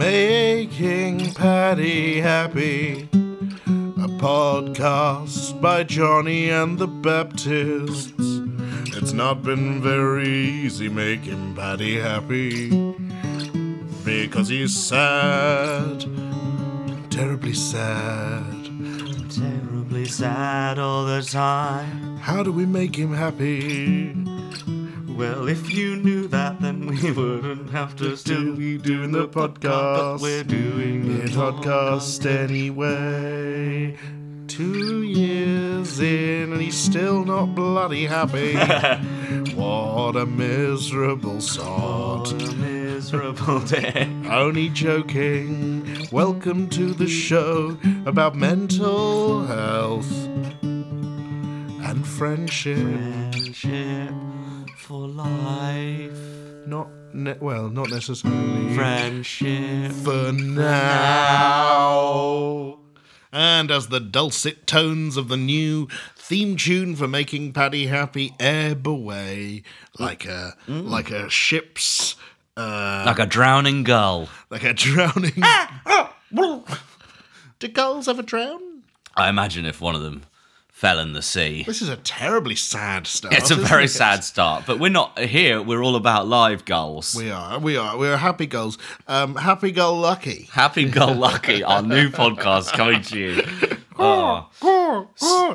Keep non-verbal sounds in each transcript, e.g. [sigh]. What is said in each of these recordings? Making Patty Happy, a podcast by Johnny and the Baptists. It's not been very easy making Patty happy because he's sad, terribly sad. Terribly sad all the time. How do we make him happy? Well, if you knew that, then we [laughs] wouldn't have to still be doing the podcast. But we're doing It it podcast anyway. Two years in and he's still not bloody happy. [laughs] what a miserable sod. What a miserable [laughs] day. Only joking. Welcome to the show about mental health and friendship. Friendship for life. Not ne- well, not necessarily. Friendship. for now. And as the dulcet tones of the new theme tune for making Paddy happy ebb away like a like a ship's uh, Like a drowning gull. like a [laughs] drowning. Do gulls ever drown? I imagine if one of them fell in the sea. This is a terribly sad start. It's a isn't very it? sad start, but we're not here. We're all about live [laughs] goals. We are, we are, we are happy gulls. Um, happy gull lucky. Happy Go Lucky, our [laughs] new podcast coming to you. Oh,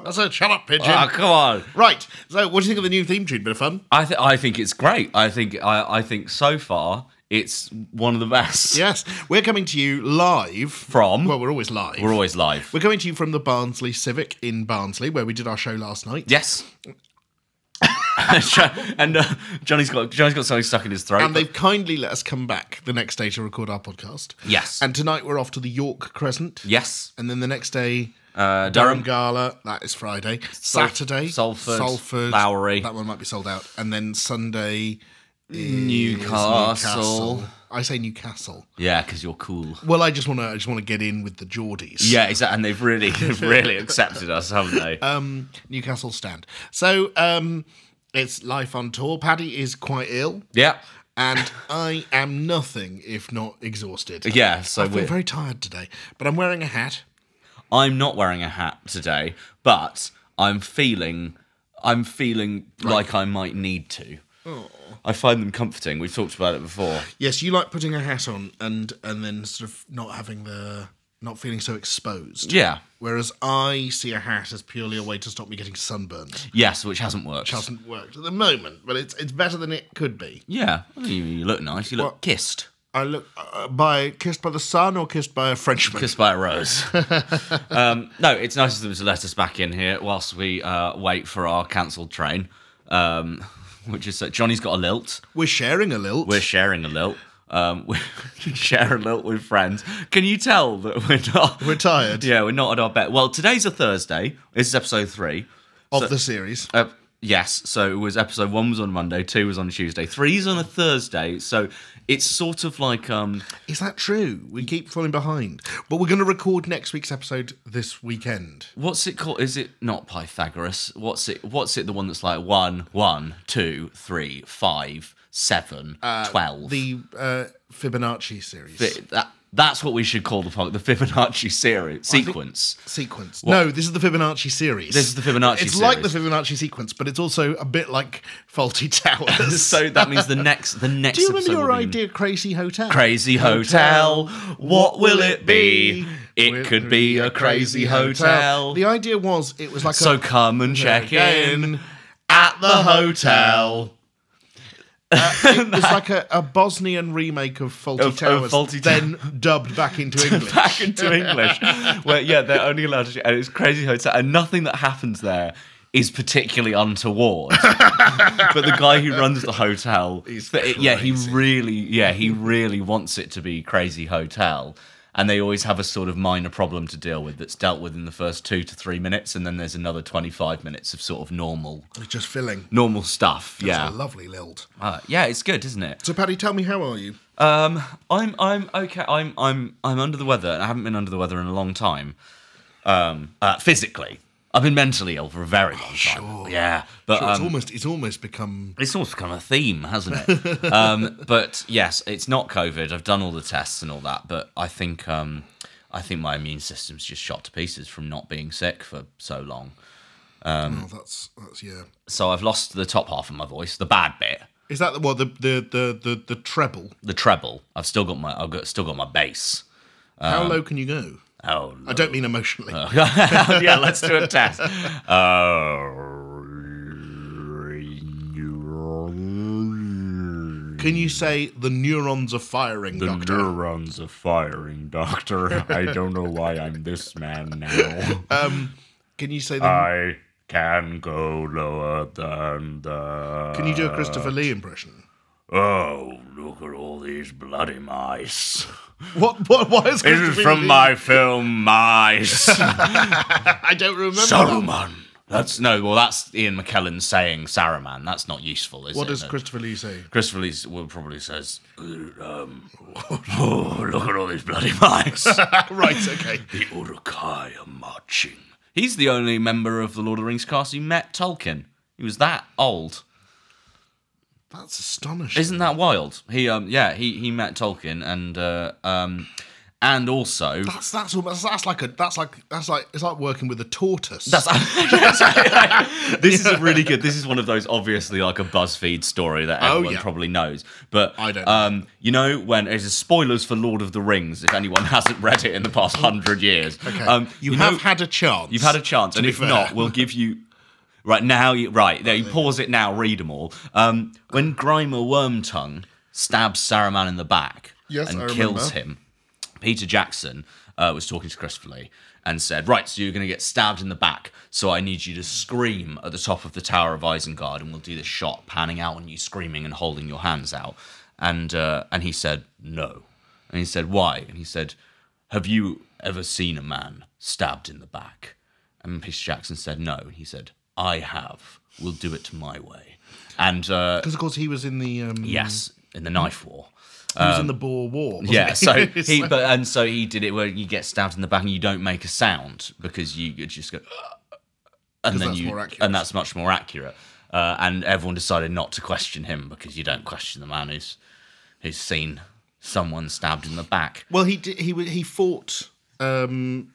That's a shut up pigeon. oh, come on. Ah, Right. So, what do you think of the new theme tune? Bit of fun. I, th- I think it's great. I think I, I think so far it's one of the best. Yes, we're coming to you live From? Well, we're always live. We're always live. We're coming to you from the Barnsley Civic in Barnsley, where we did our show last night. yes. [laughs] and uh, Johnny's got Johnny's got something stuck in his throat. And they've kindly let us come back the next day to record our podcast. Yes. And tonight we're off to the York Crescent. yes. And then the next day, Uh, Durham Durham. Gala. That is Friday. Saturday, Salford, Salford, Lowry. That one might be sold out. And then Sunday, is Newcastle. Newcastle. I say Newcastle. Yeah, because you're cool. Well, I just want to. I just want to get in with the Geordies. Yeah, exactly. And they've really, [laughs] they've really accepted us, haven't they? [laughs] um, Newcastle stand. So um, it's life on tour. Paddy is quite ill, yeah. and I am nothing if not exhausted. Yeah. So I feel we're, very tired today, but I'm wearing a hat. I'm not wearing a hat today, but I'm feeling I'm feeling like I might need to. I find them comforting. We've talked about it before. Yes, you like putting a hat on and and then sort of not having the not feeling so exposed. Yeah. Whereas I see a hat as purely a way to stop me getting sunburned. Yes, which hasn't worked. Hasn't worked at the moment, but it's it's better than it could be. Yeah. I mean, you look nice. You look Well- kissed. I look uh, by kissed by the sun or kissed by a Frenchman. Kissed by [laughs] a rose. um, no, it's nice of them to let us back in here whilst we uh, wait for our cancelled train. Um, which is that Johnny's got a lilt. We're sharing a lilt. We're sharing a lilt. Um, [laughs] we share a lilt with friends. Can you tell that we're not We're tired Yeah, we're not at our best. Well, today's a Thursday. This is episode three. of the series. Uh, yes, so it was episode one was on Monday, two was on Tuesday, three's on a Thursday. So it's sort of like um Is that true? We keep falling behind. But we're going to record next week's episode this weekend. what's it called? Is it not Pythagoras? What's it? What's it? The one that's like one, one, two, three, five, seven, twelve. The uh, Fibonacci series. Th- that, that's what we should call the pod- the Fibonacci series sequence. [laughs] sequence. No, this is the Fibonacci series. This is the Fibonacci It's like the series. Fibonacci sequence, but it's also a bit like Faulty [laughs] Towers. so that means the next the next. Do you remember episode your will be- idea, Crazy Hotel? Crazy hotel, what will it be? It Will could be a crazy hotel. The idea was it was like So a come and check in at the hotel. It's like a, a Bosnian remake of Faulty Of- of Towers, Faulty then [laughs] dubbed back [laughs] into English. [laughs] Back into English, where yeah, they're only allowed to. And it's crazy hotel, and nothing that happens there is particularly untoward. [laughs] but the guy who runs the hotel, He's th- yeah, he crazy. really, yeah, he really wants it to be crazy hotel. And they always have a sort of minor problem to deal with that's dealt with in the first two to three minutes, and then there's another twenty-five minutes of sort of normal It's just filling. normal stuff. Yeah. yeah, It's a lovely lilt. uh, yeah, it's good, isn't it? So, Paddy, tell me, how are you? Um, I'm I'm okay. I'm I'm I'm under the weather, and I haven't been under the weather in a long time. Um, uh, physically, I've been mentally ill for a very long time. Oh, Sure. Yeah, but Sure, it's um, almost it's almost become it's almost become a theme, hasn't [laughs] it? um, but yes, it's not COVID. I've done all the tests and all that, but I think um, I think my immune system's just shot to pieces from not being sick for so long. um, oh, that's that's yeah. So I've lost the top half of my voice, the bad bit, Is that the what the the the the, the treble? the treble. I've still got my I've got, still got my bass. Um, How low can you go? Oh, I don't mean emotionally. uh, [laughs] yeah, let's do a [laughs] test. [laughs] Can you say the neurons are firing, Doctor? neurons are firing, Doctor. I don't know why I'm this man now. Can you say the? I can go lower than the. can you Uh, do a Christopher Lee impression? Oh, look at all these bloody mice. What? What? Why is This is Christopher from Lee- my film Mice. I don't remember. that. Saruman. That's no. Well, that's Ian McKellen saying Saruman. That's not useful, is What it? does [laughs] No. Christopher Lee say? [laughs] Christopher Lee will probably says, um, [laughs] oh, look at all these bloody [laughs] mice. right. Okay. The Urukai are marching. he's the only member of the Lord of the Rings cast who met Tolkien. He was that old. That's astonishing. Isn't that wild? He um yeah he he met Tolkien and uh, um [laughs] and also That's that's almost that's like a that's like that's like it's like working with a tortoise. this is a really good. This is one of those obviously like a BuzzFeed story that everyone Oh, yeah. probably knows. But I don't know. Um, you know when it's spoilers for Lord of the Rings. If anyone [laughs] hasn't read it in the past hundred years, Oh. okay. um, you, you have know- had a chance. You've had a chance, and be if fair. not, we'll give you. Right now, you, right there. You pause it now. Read them all. Um, when Grimer Wormtongue stabs Saruman in the back Yes, and I kills remember. him, Peter Jackson uh, was talking to Christopher Lee and said, "Right, so you're going to get stabbed in the back. So I need you to scream at the top of the Tower of Isengard, and we'll do this shot panning out on you screaming and holding your hands out." And uh, and he said, "No." And he said, "Why?" And he said, "Have you ever seen a man stabbed in the back?" And Peter Jackson said, "No." And he said, "I have. We'll do it my way." And uh, because of course he was in the um, yes, in the knife war. he was in the Boer War. wasn't um, [laughs] Yeah, so [laughs] It's he like- but and so he did it where you get stabbed in the back and you don't make a sound because you you just go and then that's you more accurate. and that's much more accurate. Uh, and everyone decided not to question him because you don't question the man who's who's seen someone stabbed in the back. Well, he did, he wa- he fought um,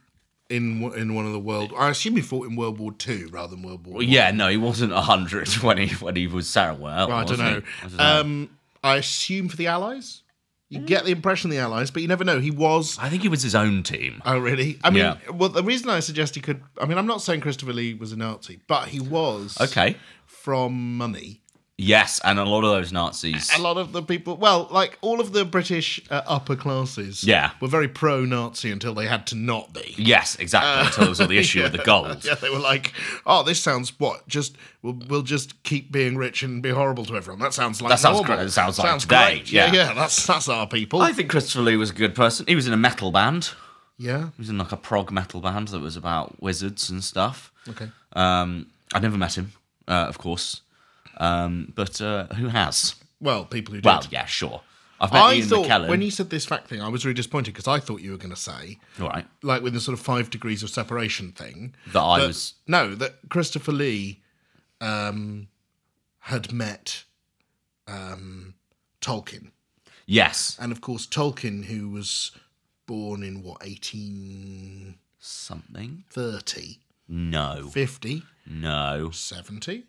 in wo- in one of the world. I assume he fought in World War Two rather than World War. But One. yeah, no, he wasn't hundred [laughs] when he when he was Sarah Well, I don't know. Um, I assume for the Allies. You get the impression the Allies, but you never know. He was. I think he was his own team. Oh, really? I mean, Yeah. well, the reason I suggest he could. I mean, I'm not saying Christopher Lee was a Nazi, but he was. Okay. From money. Yes, and a lot of those Nazis. A lot of the people, well, like all of the British uh, upper classes, Yeah. were very pro-Nazi until they had to not be. Yes, exactly. Until there was [laughs] all the issue with the gold. Yeah, they were like, "Oh, this sounds what? Just we'll, we'll just keep being rich and be horrible to everyone. That sounds like That sounds normal. great. It sounds like today. great. Yeah, Yeah. yeah, that's that's our people. I think Christopher Lee was a good person. He was in a metal band. yeah, He was in like a prog metal band that was about wizards and stuff. okay. Um, I never met him, uh, of course, um, but uh, who has? Well, people who did. Well, yeah, sure. I've met I Ian thought McKellen. when you said this fact thing, I was really disappointed because I thought you were going to say, All right, like, with the sort of five degrees of separation thing, that I was. no, that Christopher Lee um, had met um, Tolkien. Yes, And of course, Tolkien, who was born in what, 1830, something. No, 50, no. 70?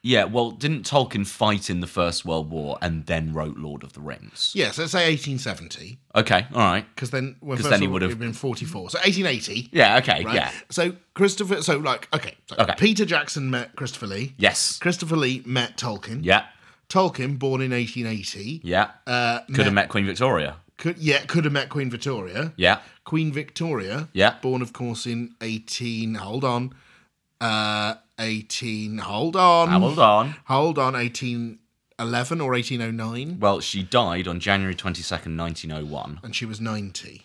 Yeah, well, didn't Tolkien fight in the First World War and then wrote Lord of the Rings? Yes, let's say 1870, Okay, all right. because then, well, first then of he all, would have- he'd been 44. So 1880. Yeah, okay, Right? yeah. So Christopher, so like, okay, so Okay. Peter Jackson met Christopher Lee. Yes. Christopher Lee met Tolkien. Yeah, Tolkien, born in 1880. yeah. Uh, Could have met Queen Victoria. Could, yeah, could have met Queen Victoria. Yeah. Queen Victoria. Yeah. Born, of course, in 18. Hold on. Uh, 18. Hold on. Now, hold on. Hold on. 1811 or 1809. Well, she died on January oh 22nd, 1901. And she was 90.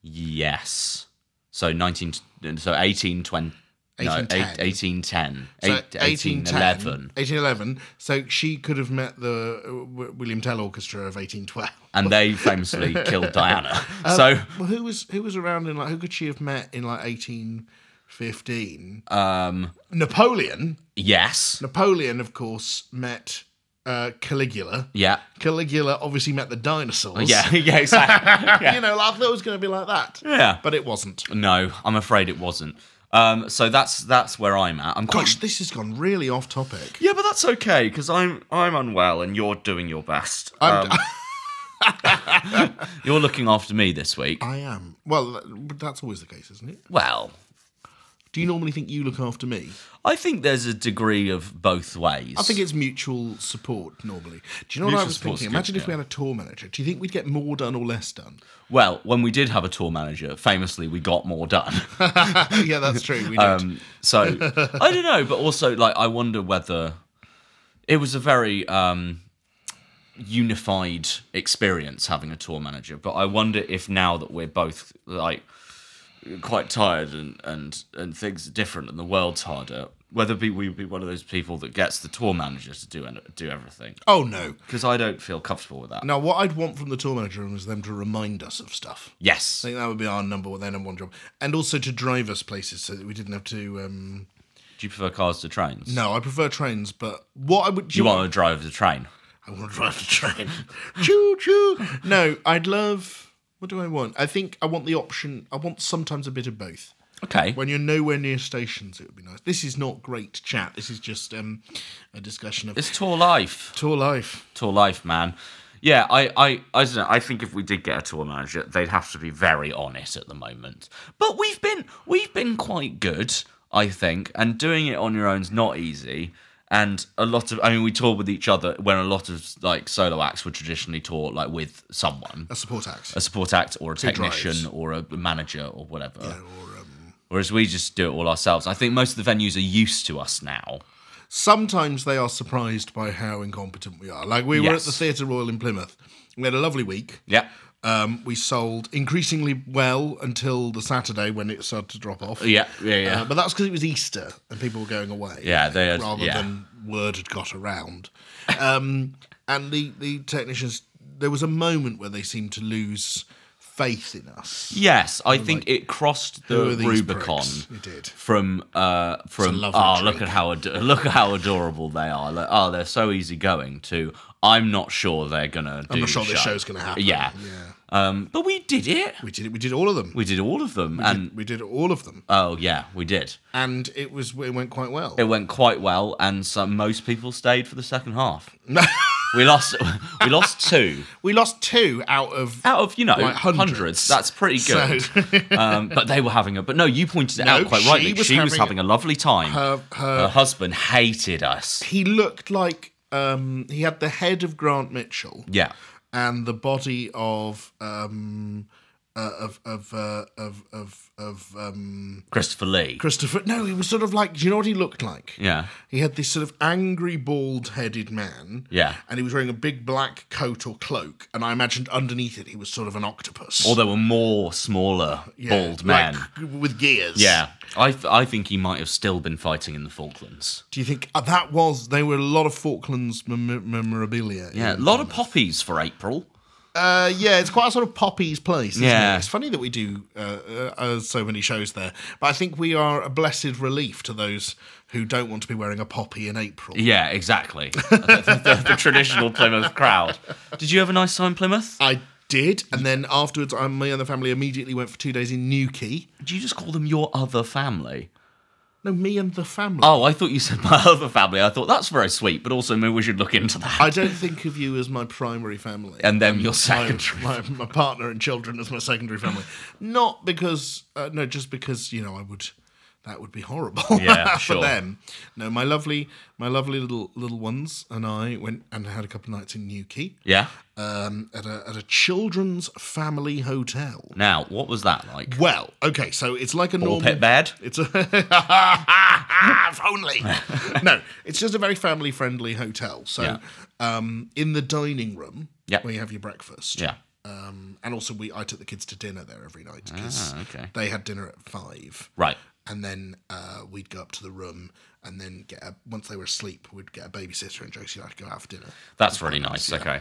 Yes. So 19 so 1820 no, 1810. 1810 So 1811 1811. So she could have met the uh, W- William Tell Orchestra of 1812. and [laughs] they famously killed Diana. so Um, Well, who was who was around in like who could she have met in like 18 15. Um, Napoleon. Yes. Napoleon, of course, met uh, Caligula. Yeah. Caligula obviously met the dinosaurs. Yeah. [laughs] Yeah. Exactly. [laughs] You know, I thought it was going to be like that. Yeah. But it wasn't. No, I'm afraid it wasn't. Um, so that's that's where I'm at. I'm quite Gosh, this has gone really off topic. yeah, but that's okay because I'm I'm unwell and you're doing your best. Um, [laughs] [laughs] you're looking after me this week. I am. Well, that- that's always the case, isn't it? Well, Do you normally think you look after me? I think there's a degree of both ways. I think it's mutual support normally. Do you know what Mutual I was support's thinking? good, Imagine if we had a tour manager. Do you think we'd get more done or less done? well, when we did have a tour manager, famously we got more done. Oh, yeah, that's true. [laughs] We did. Um, so I don't know, but also like I wonder whether it was a very um, unified experience having a tour manager. But I wonder if now that we're both like quite tired and and and things are different and the world's harder, whether be we be one of those people that gets the tour manager to do do everything oh no. because I don't feel comfortable with that. Now, what I'd want from the tour manager was them to remind us of stuff. Yes. I think that would be our number one, their number one job, and also to drive us places so that we didn't have to. Um, Do you prefer cars to trains? no, I prefer trains, but what I would do You want to drive the train? I want to drive the train. [laughs] choo choo. No, I'd love. What do I want? I think I want the option. I want sometimes a bit of both. Okay. When you're nowhere near stations, it would be nice. This is not great chat. This is just um, a discussion of It's tour life. tour life. tour life, man. Yeah, I, I, I don't know. I think if we did get a tour manager, they'd have to be very on it at the moment. But we've been, we've been quite good, I think. And doing it on your own's not easy. And a lot of, I mean, we toured with each other when a lot of like solo acts were traditionally taught like with someone, A support act. a support act or a drives. technician or a manager or whatever. or, um, Whereas we just do it all ourselves. I think most of the venues are used to us now. sometimes they are surprised by how incompetent we are. Like we were at Yes. the Theatre Royal in Plymouth. We had a lovely week. Yeah, Um, we sold increasingly well until the Saturday when it started to drop off. yeah, yeah, yeah. Uh, but that's because it was Easter and people were going away. Yeah, they had- rather yeah. than word had got around. Um, and the the technicians, there was a moment where they seemed to lose faith in us. Yes, I think it crossed Who the are these Rubicon pricks? It did. from uh from lovely oh look drink. at how ad- look at how adorable they are. Like, oh, they're so easygoing. To I'm not sure they're gonna. Do I'm not sure the this show. show's going to happen. Yeah. yeah. Um, but we did it. We did it. We did all of them. We did all of them, and we did all of them, oh yeah, we did. and it was it went quite well. It went quite well, and some most people stayed for the second [laughs] half. we lost [laughs] we lost two we lost two out of out of you know Like hundreds. hundreds. That's pretty good. So- um, but they were having a. But no, you pointed it No, out quite she rightly. was she was having having a lovely time. her- her- husband hated us. he looked like um, he had the head of Grant Mitchell. Yeah. and the body of um uh, of of uh, of of of um Christopher Lee. Christopher. No, he was sort of like. Do you know what he looked like? yeah. He had this sort of angry, bald-headed man. Yeah. And he was wearing a big black coat or cloak, and I imagined underneath it he was sort of an octopus. Or there were more smaller Yeah, bald men. like, with gears. yeah. I, th- I think he might have still been fighting in the Falklands. Do you think uh, that was? They were a lot of Falklands mem- memorabilia. in- Yeah. A lot of poppies for April. Uh, yeah, it's quite a sort of poppies place. Isn't Yeah. it? it's funny that we do uh, uh, uh, so many shows there, but I think we are a blessed relief to those who don't want to be wearing a poppy in April. Yeah, exactly. [laughs] the, the- the traditional Plymouth crowd. Did you have a nice time in Plymouth? I did, and then afterwards, I, me and the family immediately went for two days in Newquay. Did you just call them your other family? No, me and the family. Oh, I thought you said my [laughs] other family. I thought that's very sweet, but also maybe we should look [laughs] into that. I don't think of you as my primary family, and then your my, second. my, my partner and children as my secondary family. Not because, uh, no, just because you know I would. That would be horrible [laughs] Yeah, for sure. them. No, my lovely, my lovely little little ones and I went and had a couple of nights in Newquay Yeah. um, at a at a children's family hotel. Now, what was that like? Well, okay, so it's like a normal pit bed? It's a [laughs] if only. no, it's just a very family-friendly hotel. So, Yeah. um, in the dining room, Yeah. where you have your breakfast, Yeah. um, and also we I took the kids to dinner there every night because Ah, okay. they had dinner at five, Right. and then uh, we'd go up to the room and then get a, once they were asleep, we'd get a babysitter and Josie and I to go out for dinner. That's really nice. Okay.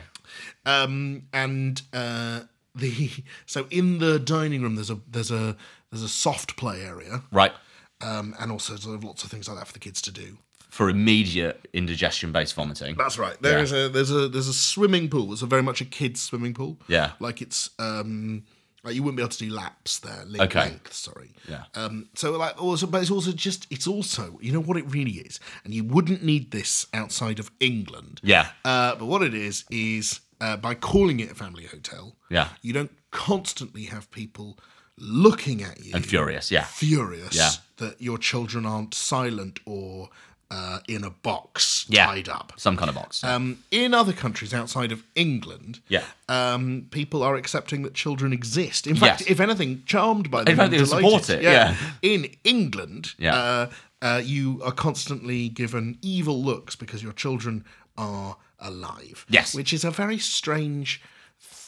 Um, and uh, [laughs] the so in the dining room there's a there's a there's a soft play area Right. um, and also sort of lots of things like that for the kids to do. for immediate indigestion-based vomiting. That's right. There is a there's a there's a swimming pool. It's a very much a kids swimming pool. Yeah. Like it's um like you wouldn't be able to do laps there. Length, Okay. length sorry. Yeah. Um. So like also, but it's also just it's also you know what it really is, and you wouldn't need this outside of England. Yeah. Uh. But what it is is uh, by calling it a family hotel. Yeah. You don't constantly have people looking at you And furious, yeah. furious Yeah. that your children aren't silent or uh, in a box Yeah. tied up. Some kind of box. Um, in other countries outside of England, Yeah. um, people are accepting that children exist. In fact, Yes. if anything, charmed by them. and fact, they support delighted. it, yeah. In England, Yeah. uh, uh, you are constantly given evil looks because your children are alive. Yes. Which is a very strange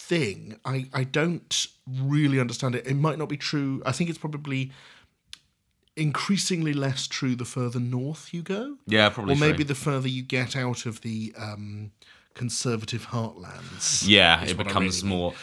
thing. I, I don't really understand it. It might not be true. I think it's probably increasingly less true the further north you go. Yeah, probably Or maybe true. the further you get out of the um, conservative heartlands. yeah, is it what I becomes really mean. more.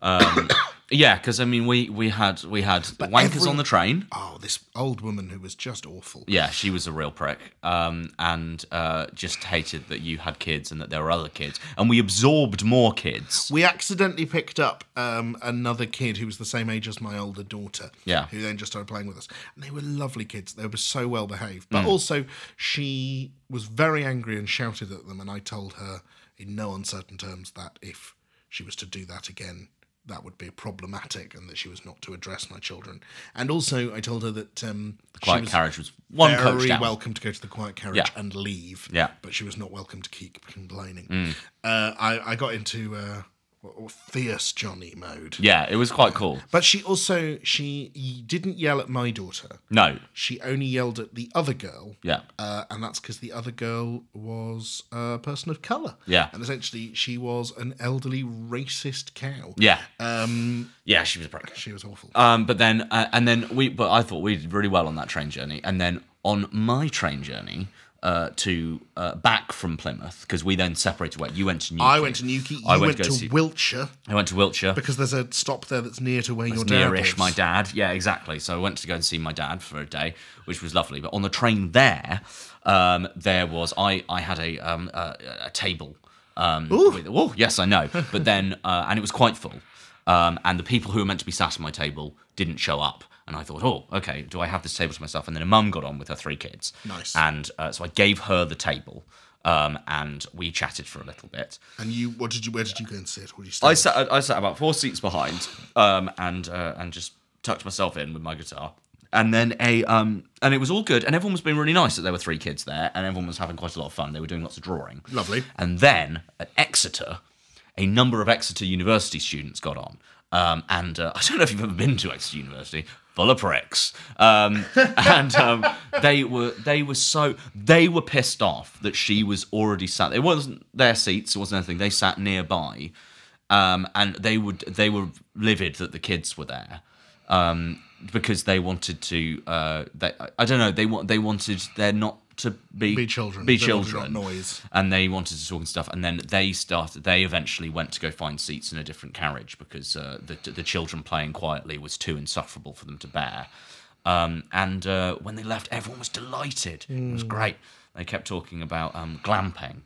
Um, [coughs] yeah, because I mean, we we had we had wankers every- on the train. Oh, this old woman who was just awful. Yeah, she was a real prick, um, and uh, just hated that you had kids and that there were other kids, and we absorbed more kids. We accidentally picked up um, another kid who was the same age as my older daughter. Yeah. Who then just started playing with us. And they were lovely kids. They were so well behaved. Mm. But also, she was very angry and shouted at them. And I told her in no uncertain terms that if she was to do that again, that would be problematic and that she was not to address my children. And also, I told her that um, she Quiet was carriage was one coach very down. welcome to go to the quiet carriage Yeah. and leave. Yeah. Mm. But she was not welcome to keep complaining. Uh, I, I got into uh, what- what, fierce Johnny mode. Yeah, it was quite cool. But she also she didn't yell at my daughter. No, She only yelled at the other girl. yeah, Uh, and that's because the other girl was a person of colour. Yeah. And essentially, she was an elderly racist cow. yeah, Um, yeah. She was a prick. she was awful. Um, but then, uh, and then we, but I thought we did really well on that train journey. And then on my train journey uh, to uh, back from Plymouth, because we then separated. Where you went to Newquay, I went to Newquay. You I went went, to go to, see- Wiltshire I went to Wiltshire. because there's a stop there that's near to where your dad nearish lives. my dad. Yeah, exactly. So I went to go and see my dad for a day, which was lovely. But on the train there, um, there was I I had a um, a, a table. Um, with, oh yes, [laughs] I know. But then uh, and it was quite full, um, and the people who were meant to be sat at my table didn't show up. And I thought, oh, okay, do I have this table to myself? And then a mum got on with her three kids. Nice. And uh, so I gave her the table, um, and we chatted for a little bit. And you, what did you? Where did you go and sit? What did you I stand? sat I sat about four seats behind, um, and uh, and just tucked myself in with my guitar. And then a um, and it was all good, and everyone was being really nice. That there were three kids there, and everyone was having quite a lot of fun. They were doing lots of drawing. Lovely. And then at Exeter, a number of Exeter University students got on. Um, and uh, I don't know if you've ever been to Exeter University, full of pricks. Um, and um, they were they were so they were pissed off that she was already sat. It wasn't their seats, it wasn't anything. They sat nearby, um, and they would they were livid that the kids were there. Um, because they wanted to, uh, they, I- I don't know, they want they wanted there not to be Be children. be They wanted not children, noise. and they wanted to talk and stuff and then they started they eventually went to go find seats in a different carriage because uh, the, the children playing quietly was too insufferable for them to bear um, and uh, when they left everyone was delighted it Hmm. was great they kept talking about um, glamping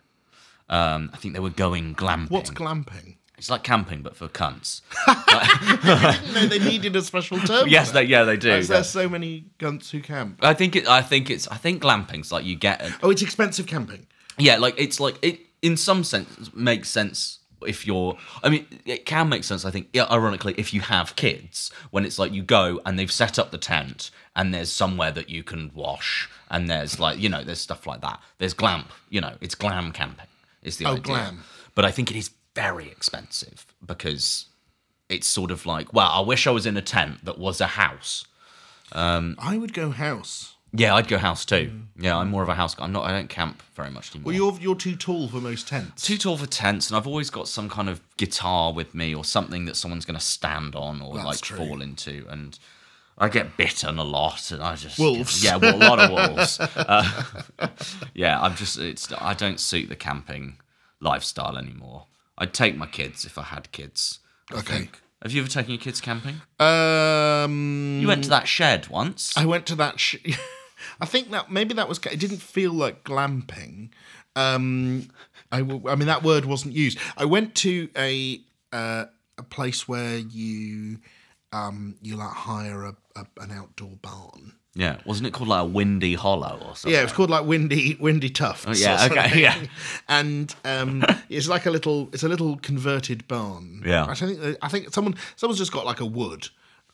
um, I think they were going glamping. What's glamping? it's like camping, but for cunts. no, they needed a special term. [laughs] yes, for that. they, yeah, they do. Because There's so many guns who camp. I think it. I think it's. I think glamping's like you get. A, Oh, it's expensive camping. Yeah, like it's like it in some sense makes sense if you're I mean it can make sense I think yeah, ironically if you have kids when it's like you go and they've set up the tent and there's somewhere that you can wash and there's like you know there's stuff like that there's glamp you know it's glam camping is the idea glam. but I think it is very expensive because it's sort of like well I wish I was in a tent that was a house Mm. I would go house. yeah I'd go house too yeah I'm more of a house guy I'm not I don't camp very much anymore Well, you're you're too tall for most tents. too tall for tents, and I've always got some kind of guitar with me or something that someone's going to stand on or like true. fall into. And I get bitten a lot, and I just Wolves. Yeah, well, a lot of [laughs] wolves. Uh, [laughs] yeah, I'm just it's I don't suit the camping lifestyle anymore. I'd take my kids if I had kids. I Okay. think. Have you ever taken your kids camping? Um, You went to that shed once. I went to that. Sh- [laughs] I think that maybe that was. It didn't feel like glamping. Um, I, w- I mean that word wasn't used. I went to a uh, a place where you um you like hire a, a an outdoor barn. yeah, wasn't it called like a windy hollow or something? Yeah, it was called like Windy Windy Tufts. or Oh, yeah, okay, something. yeah. And um, it's like a little, it's a little converted barn. Yeah. I think I think someone someone's just got like a wood.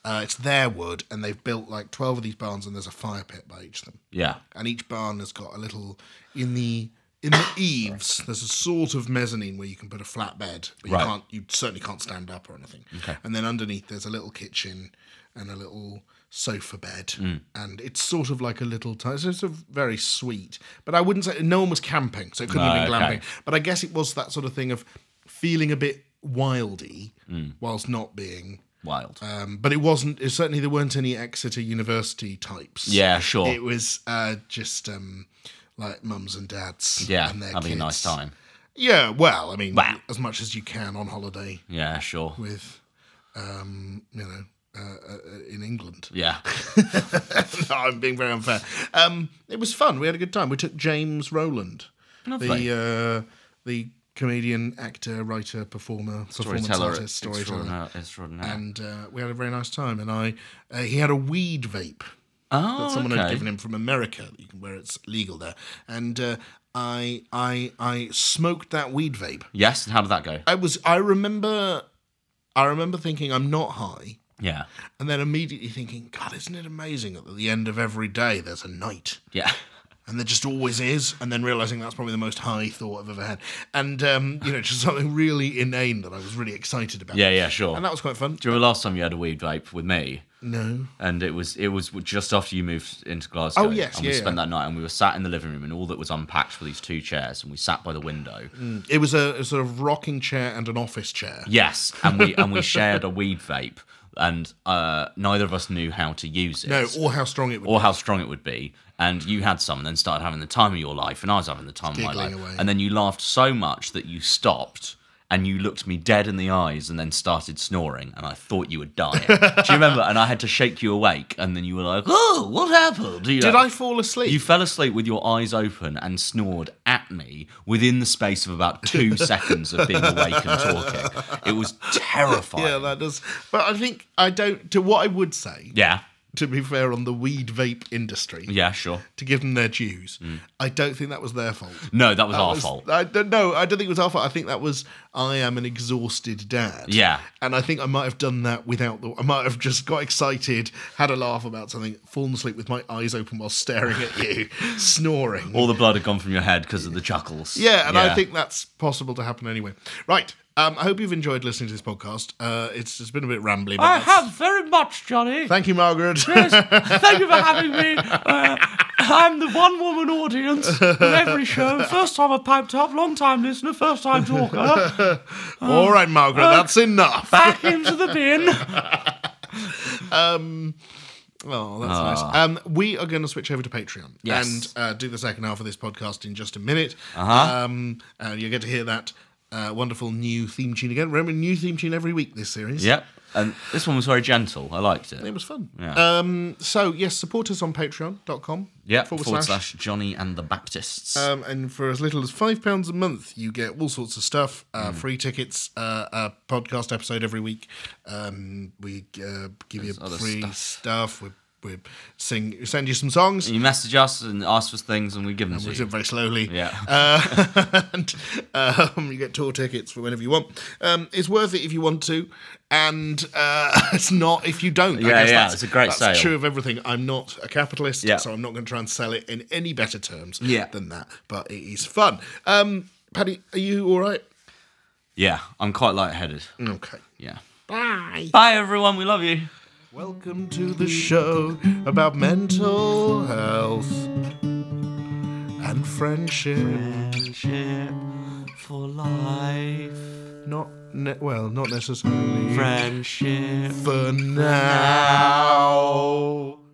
Uh, it's their wood, and they've built like twelve of these barns, and there's a fire pit by each of them. Yeah. And each barn has got a little in the in the eaves. There's a sort of mezzanine where you can put a flat bed, but you Right. can't. You certainly can't stand up or anything. Okay. And then underneath there's a little kitchen and a little sofa bed, Hmm. and it's sort of like a little. T- it's sort of very sweet, but I wouldn't say no one was camping, so it couldn't have been Ah, okay. glamping. But I guess it was that sort of thing of feeling a bit wildy Hmm. whilst not being. Wild. Um, but it wasn't. It, certainly, there weren't any Exeter University types. yeah, sure. It was uh, just um, like mums and dads. yeah, and their having a nice kids. time. Yeah, well, I mean, Wow. as much as you can on holiday Yeah, sure. with, um, you know, uh, uh, in England. Yeah. [laughs] no, I'm being very unfair. Um, it was fun. We had a good time. We took James Rowland, Lovely. the uh, the comedian, actor, writer, performer, performance Storyteller. artist, storyteller. Extraordinaire. extraordinaire. And uh, we had a very nice time. And I, uh, he had a weed vape oh, that someone had okay. given him from America, you can- where it's legal there. And uh, I, I, I smoked that weed vape. Yes, and how did that go? I was, I remember, I remember thinking I'm not high, Yeah. and then immediately thinking, God, isn't it amazing that at the end of every day there's a night, Yeah. [laughs] and there just always is, and then realizing that's probably the most high thought I've ever had, and um, you know, [laughs] just something really inane that I was really excited about. Yeah, yeah, sure. And that was quite fun. Do you remember last time you had a weed vape with me? No. And it was it was just after you moved into Glasgow. Oh, yes, and we yeah, spent yeah. that night and we were sat in the living room and all that was unpacked were these two chairs and we sat by the window. It was a, a sort of rocking chair and an office chair. Yes, and we [laughs] and we shared a weed vape and uh, neither of us knew how to use it. No, or how strong it would or how strong it would be. And you had some, and then started having the time of your life, and I was having the time of my Giggling life. away. And then you laughed so much that you stopped and you looked me dead in the eyes and then started snoring, and I thought you [laughs] were dying. Do you remember? And I had to shake you awake, and then you were like, Oh, what happened? You Did know, I fall asleep? You fell asleep with your eyes open and snored at me within the space of [laughs] about two seconds of being awake and talking. It was terrifying. Yeah, that does. But I think I don't. To what I would say, yeah, to be fair, on the weed vape industry, yeah, sure. to give them their dues, I don't think that was their fault. No, that was That our was- fault. I don't know. I don't think it was our fault. I think that was I am an exhausted dad. Yeah. And I think I might have done that without the. I might have just got excited, had a laugh about something, fallen asleep with my eyes open while staring at [laughs] you, snoring. All the blood had gone from your head because of the chuckles. Yeah, and I think that's possible to happen anyway. Right. Um, I hope you've enjoyed listening to this podcast. Uh, it's, it's been a bit rambly. But I that's- have very much, Johnny. [laughs] Thank you, [laughs] Margaret. Thank you for having me. Uh, I'm the one woman audience of every show. First time I piped up, long time listener, first time talker. All right, Margaret, that's enough. Back into the bin. Oh, that's nice. Um, we are going to switch over to Patreon Ah. Yes. and uh, do the second half of this podcast in just a minute. Uh-huh. Um, uh, you'll get to hear that uh, wonderful new theme tune again. Remember, new theme tune every week this series. Yep. And this one was very gentle. I liked It it. was fun. Yeah. Um, so, yes, support us on patreon.com. Yep. Forward, slash. Johnny and the Baptists. Um, and for as little as five pounds a month, you get all sorts of stuff: Hmm. uh, free tickets, uh, a podcast episode every week. Um, we uh, give you other free stuff. stuff. We we sing, send you some songs. you message us and ask us things, and we give them We to do it you. very slowly. Yeah. Uh, [laughs] and um, you get tour tickets for whenever you want. Um, it's worth it if you want to, and uh, [laughs] it's not if you don't. Yeah, I guess yeah, that's, it's a great that's sale. true of everything. I'm not a capitalist, Yeah. so I'm not going to try and sell it in any better terms Yeah. than that. But it is fun. Um, Paddy, are you all right? yeah. I'm quite lightheaded. Okay. Yeah. Bye. Bye, everyone. We love you. Welcome to the show about mental health and friendship. Friendship for life. Not ne- well, not necessarily Friendship. for now.